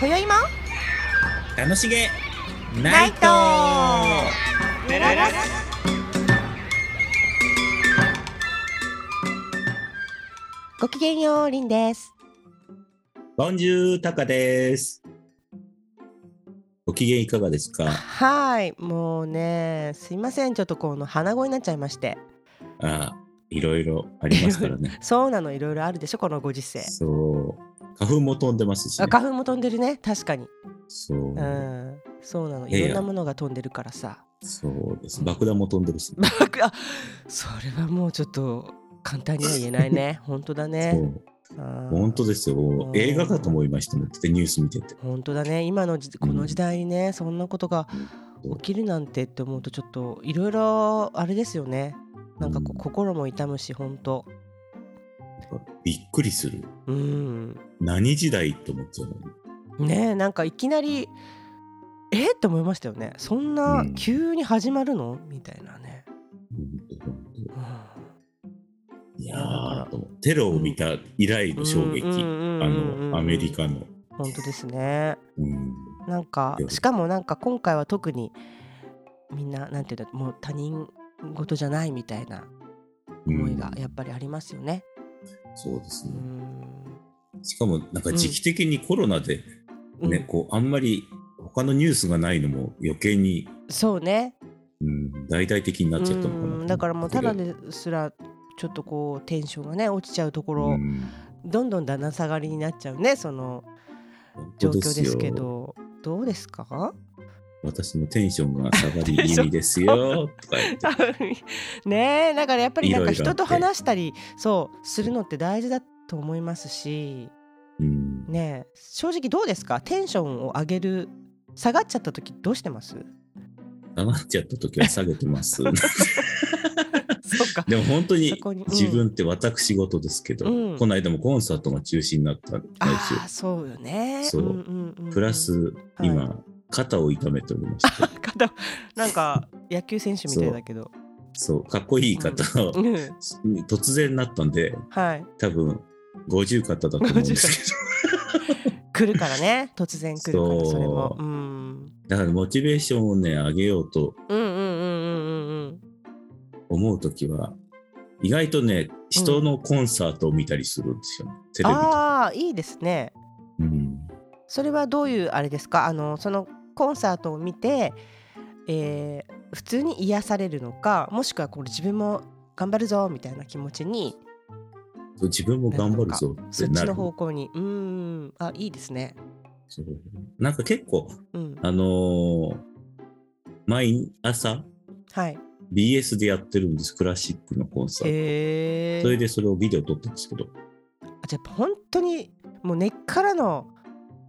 今宵も楽しげナナイイトトごきげんようりんですボンジュータカです。ご機嫌いかがですかはいもうねすいませんちょっとこの鼻声になっちゃいまして。あいろいろありますからね そうなのいろいろあるでしょこのご時世そう。花粉も飛んでますし、あね。花粉も飛んでるね確かにそう、うんそうなのいやいいろやんなものが飛んでるからさ そうです。爆弾も飛んでるし、爆あそれはもうちょっと簡単には言えない ね本当だそねう。本本当ですよん。映画かと思いましたもん。ってニュース見てて。本当だね今の時この時代にね、そんなことがうん起きるなんてって思うとちょっといろいろあれですよねなんかこうんう心も痛むし本当びっくりする。うん何時代って思っちゃう。ねえなんかいきなりえって思いましたよねそんうなん急に始まるのみたいなね、うん本当ういいややだからーと思うテロを見た以来のん、衝撃、あのアメリのカの、本当ですねうん、なんかうんしかもなんか今回は特にみんななんていうんだもう他人事じゃないみたいなうん思いがやっぱりありますよね。そうですうねんしかもなんか時期的にコロナでね、うんこうあんまり他のニュースがないのも余計に、そうねうん、大々的になっちゃったのかなうんだからもうただですらちょっとこうテンションがね落ちちゃうところ、うんどんどんだな下がりになっちゃうねその状況ですけ本どどうですか 当ですよ私もテンションが下がり気味で すよとか言ってねえだからやっぱりなんかいろいろ人あってと話したりそうするのって大事だと思いますしうんねえ正直どうですかテンションを上げる下がっちゃった時どうして ます下がっちゃった時は下げてます そうかでも本当そにこにうん自分って私事ですけど、うんこの間もコンサートが中止になったんであすよあーそうよねそうんんうんうんプラス今、は肩を痛めておりまして肩なんか野球選手みたいだけどそうかっこいい肩を、うん突然なったんではい多分50肩だと思うんです来るからね突然来るからそうそれもうんけどだからモチベーションをね上げようとうんうんうんうんうん思う時は意外とね人のコンサートを見たりするんですよ、ねテうんレビとか、ああいいですねうんそれはどういうあれですかあのそのコンサートを見て、えー普通に癒されるのかもしくはこれ自分も頑張るぞみたいな気持ちにそう自分も頑張るぞってそっなちるの方向にうーんあいいですねそうなんか結構うんあのー毎朝はい BS でやってるんですクラシックのコンサート、へえそれでそれをビデオ撮ったんですけどあじゃあ本当にもう根っからの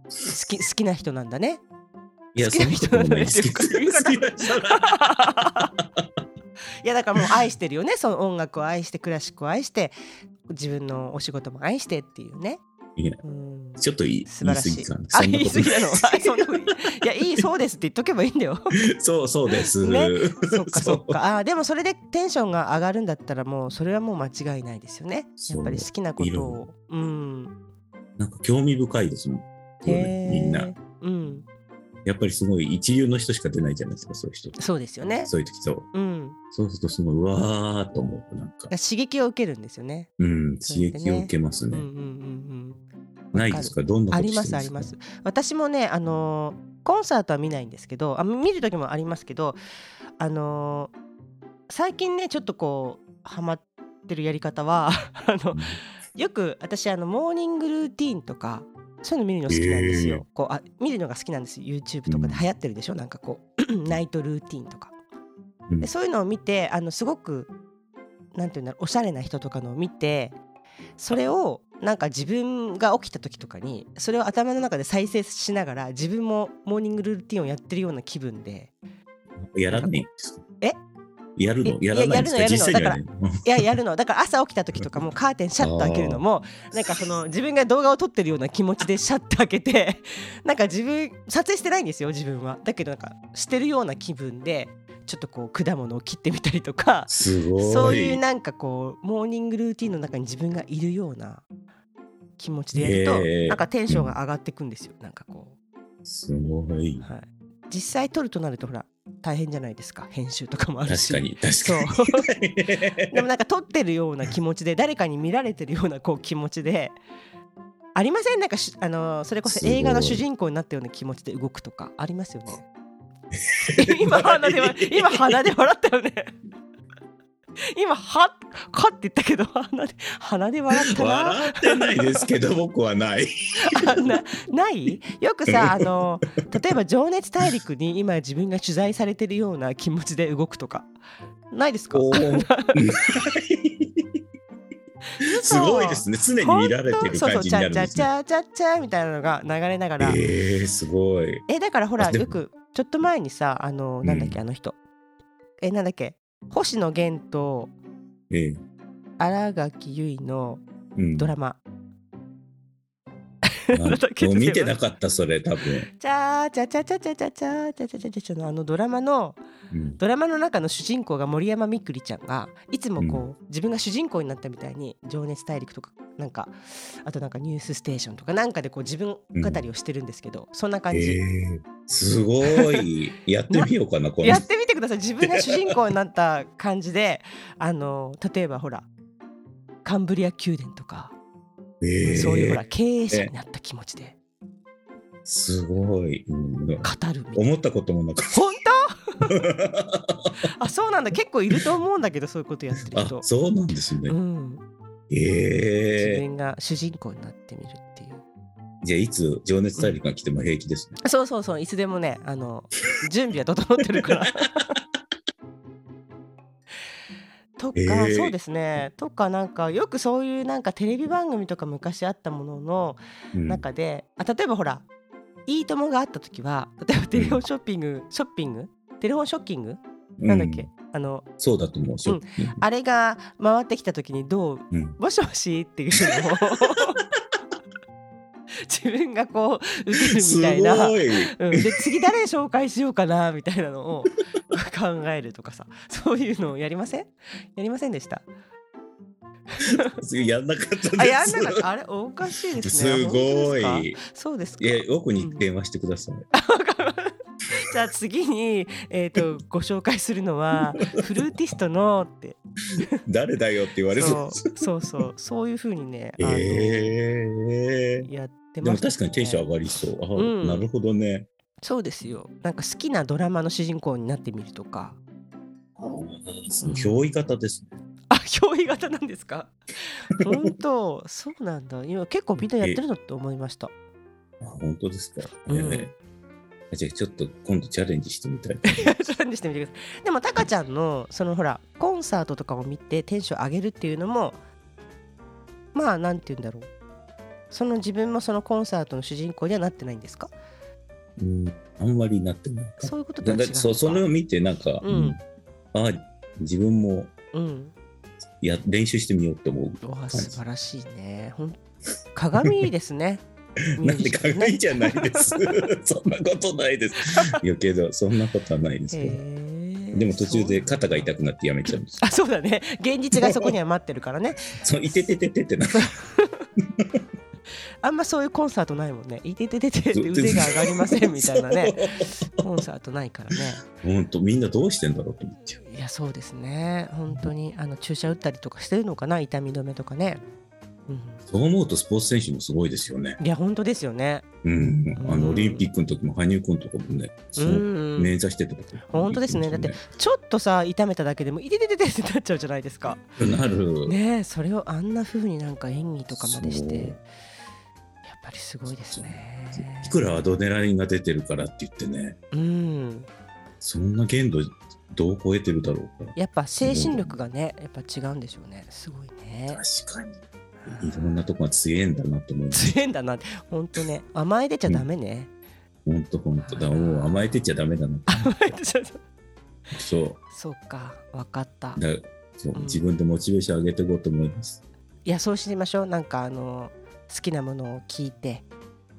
好き好きな人なんだね。いや、好そきんななこ人となもんなだいねですけど。っていうか好きな人がいやだからもう愛してるよねその音楽を愛してクラシックを愛して自分のお仕事も愛してっていうね。いやうんちょっと言い素晴言いら過しぎいかな。。 あそんな言いこ過ぎなの。はいそんな こといやいいそうですって言っとけばいいんだよ。とない。そう、そうです。ねそっかそっか。あーでもそれでテンションが上がるんだったらもうそれはもう間違いないですよね。やっぱり好きなことを。うん。うなんか興味深いですもん。こうねみんなへー。うん。やっぱりすごい一流の人しか出ないじゃないですか、そういう人。そうですよね。そういう時そう。うん。そうするとすごい、うわーっと思う。なんか、刺激を受けるんですよね。うん、そう刺やってね激を受けますうんうね。んうんないですかどんうん。あなことりしまてるんですすかあります。私もねあのーコンサートは見ないんですけど、あ見る時もありますけど、あのー最近ねちょっとこうハマってるやり方は あのよく私あのモーニングルーティーンとかそういうの見るの好きなんですよ。へえこうあ見るのが好きなんです YouTube とかでうん流行ってるでしょ、なんかこう ナイトルーティーンとか。うんでそういうのを見てあのすごくなんていうんだろうおしゃれな人とかのを見てそれをなんか自分が起きた時とかにそれを頭の中で再生しながら自分もモーニングルーティーンをやってるような気分でうんやらないんですかえやるのやらないんですいかややるの実際にやはるね。いややるのだから朝起きた時とかもカーテンシャッと開けるのもなんかその自分が動画を撮ってるような気持ちでシャッと開けてなんか自分撮影してないんですよ自分はだけどなんかしてるような気分でちょっとこう果物を切ってみたりとか すごい。そういうなんかこうモーニングルーティンの中に自分がいるような気持ちでやると、へえなんかテンションが上がっていくんですよ、なんかこうすごい。はい、実際撮るとなるとほら大変じゃないですか編集とかもある確しかに、確そうかに。でもなんか撮ってるような気持ちで誰かに見られてるようなこう気持ちでありませんなんかしあのそれこそ映画の主人公になったような気持ちで動くとかありますよね今鼻で笑今鼻で笑ったよね今はかって言ったけど鼻で鼻で笑ったな 笑ってないですけど、僕はない。あなないよくさあの例えば「情熱大陸」に今自分が取材されてるような気持ちで動くとかないですかおーすごいですね。常に見られてるそうそ感う、じチになャるんチャでチすね。ャチャチャみたいなのが流れながら、ええー、すごい。だからほらあでもよくちょっと前にさあのなんだっけ、あの人えなんだっけ星野源とえー新垣結衣のうんドラマ、あなんだっけもう見てなかった、それ、多分。チャーチャチャチャチャチャチャチャチャチャチャチャのあのドラマのうんドラマの中の主人公が森山みくりちゃんがいつもこう、自分が主人公になったみたいに「情熱大陸」とかなんかあとなんか「ニュースステーション」とかなんかでこう自分語りをしてるんですけど、そんな感えじ。ー、すごい。やってみようかな、このや。ってみてください自分が主人公になった感じ であの例えばほらカンブリア宮殿とか、えーそういうほら経営者になった気持ちですごい。うん語るみたいな思ったこともなかっ本た。 当あそうなんだ結構いると思うんだけどそういうことやってるあ人、そうなんですね。うん、自ええ分が主人公になってみるっていうじゃあいつ情熱大陸が来ても平気ですね。そうそうそういつでもねあの準備は整ってるから とか、えーそうですねとかなんかよくそういうなんかテレビ番組とか昔あったもののうん中で、あ例えばほら「いいとも」があった時は例えばテレフォンショッピング、ショッピングテレフォンショッキング、なんだっうけあのそうだと思う。そうあれが回ってきた時にどううんもしもしっていう のを自分がこう受けるすみごたいな。い。うん、で次誰紹介しようかなみたいなのを 考えるとかさそういうのをやりませんやりませんでしたやんなかったです。あやんなかったあれおかしいですねすごい。あ本当ですいかそうですかや、僕に電話してください。じゃあ次に、えー、と ご紹介するのはフルーティストのって誰だよって言われそそうそうそうそういうふうにね、あのええやってでまもしたね確かにテンション上がりそう。あ、うんなるほどね。そうですよなんか好きなドラマの主人公になってみるとか憑依型ですね。あ憑依型なんですか本当そうなんだ今結構みんなやってるのって思いましたあ本当ですか。うんええじゃあちょっと今度チャレンジしてみたい。 チャレンジしてみてくださいでもタカちゃんのそのほらコンサートとかを見てテンション上げるっていうのもまあなんて言うんだろうその自分もそのコンサートの主人公にはなってないんですかうん、あんまりなってないか。そういうこととだは違うだのかそうそれを見てなんか、うんうんあ自分もうんや練習してみようと思わあ素晴らしいね ほん鏡ですねう。ミュなんーでジ考シャンねえじゃない です。そんなことないです。いやけどそんなことはないですけど。へえでも途中で肩が痛そうくなってやめちゃうんです。あそうだね現実がそこには待ってるからねそういてててててな。あんまそういうコンサートないもんねいててててって腕が上がりませんみたいな ねコンサートないからねそう。本当みんなどうしてんだろうと思っちゃう。いやそうですね本当にあの注射打ったりとかしてるのかな痛み止めとかね、うそう思うとスポーツ選手もすごいですよね。ん、いや本当ですよねうん。あうんのオリンピックの時も羽生君とかもね、うそんううん目指してたとか。本当ですねだってちょっとさ痛めただけでもいててててってなっちゃうじゃないですかなる。ねえそれをあんな風になんか演技とかまでしてそうやっぱりすごいですねいくらアドネラリンが出てるからって言ってね、うんそんな限度どう超えてるだろうか。やっぱ精神力がねやっぱ違うんでしょうねすごいね確かに。いろんなとこが強えんだなと思います。強いんだなって本当ね甘え出ちゃダメね、ほんとほんと。だからもう甘えてちゃダメだな。甘え出ちゃダメそそうか分かったう。だそううん自分でモチベーション上げていこうと思います。いやそうしてみましょうなんかあの好きなものを聞いて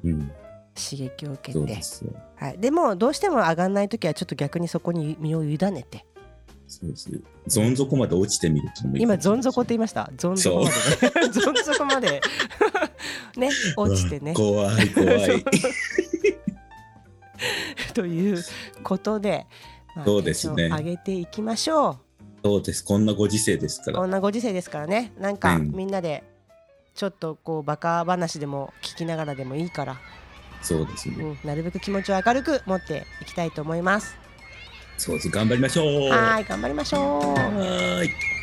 うん。刺激を受けそうてですよ。はい、でもどうしても上がんない時はちょっと逆にそこに身を委ねてそうです。どん底まで落ちてみるっていうのもいい今かゾもンしれない底って言いましたゾン底までね ゾン底までね落ちてね うわ怖い怖い。ということで、まあそうですねテンション上げていきましょう。そうです。こんなご時世ですこから。んなご時世ですからねなんかうんみんなでちょっとこうバカ話でも聞きながらでもいいから、そうですうね。ん、なるべく気持ちを明るく持っていきたいと思います。そうです。頑張りましょう。はーい頑張りましょうはーい。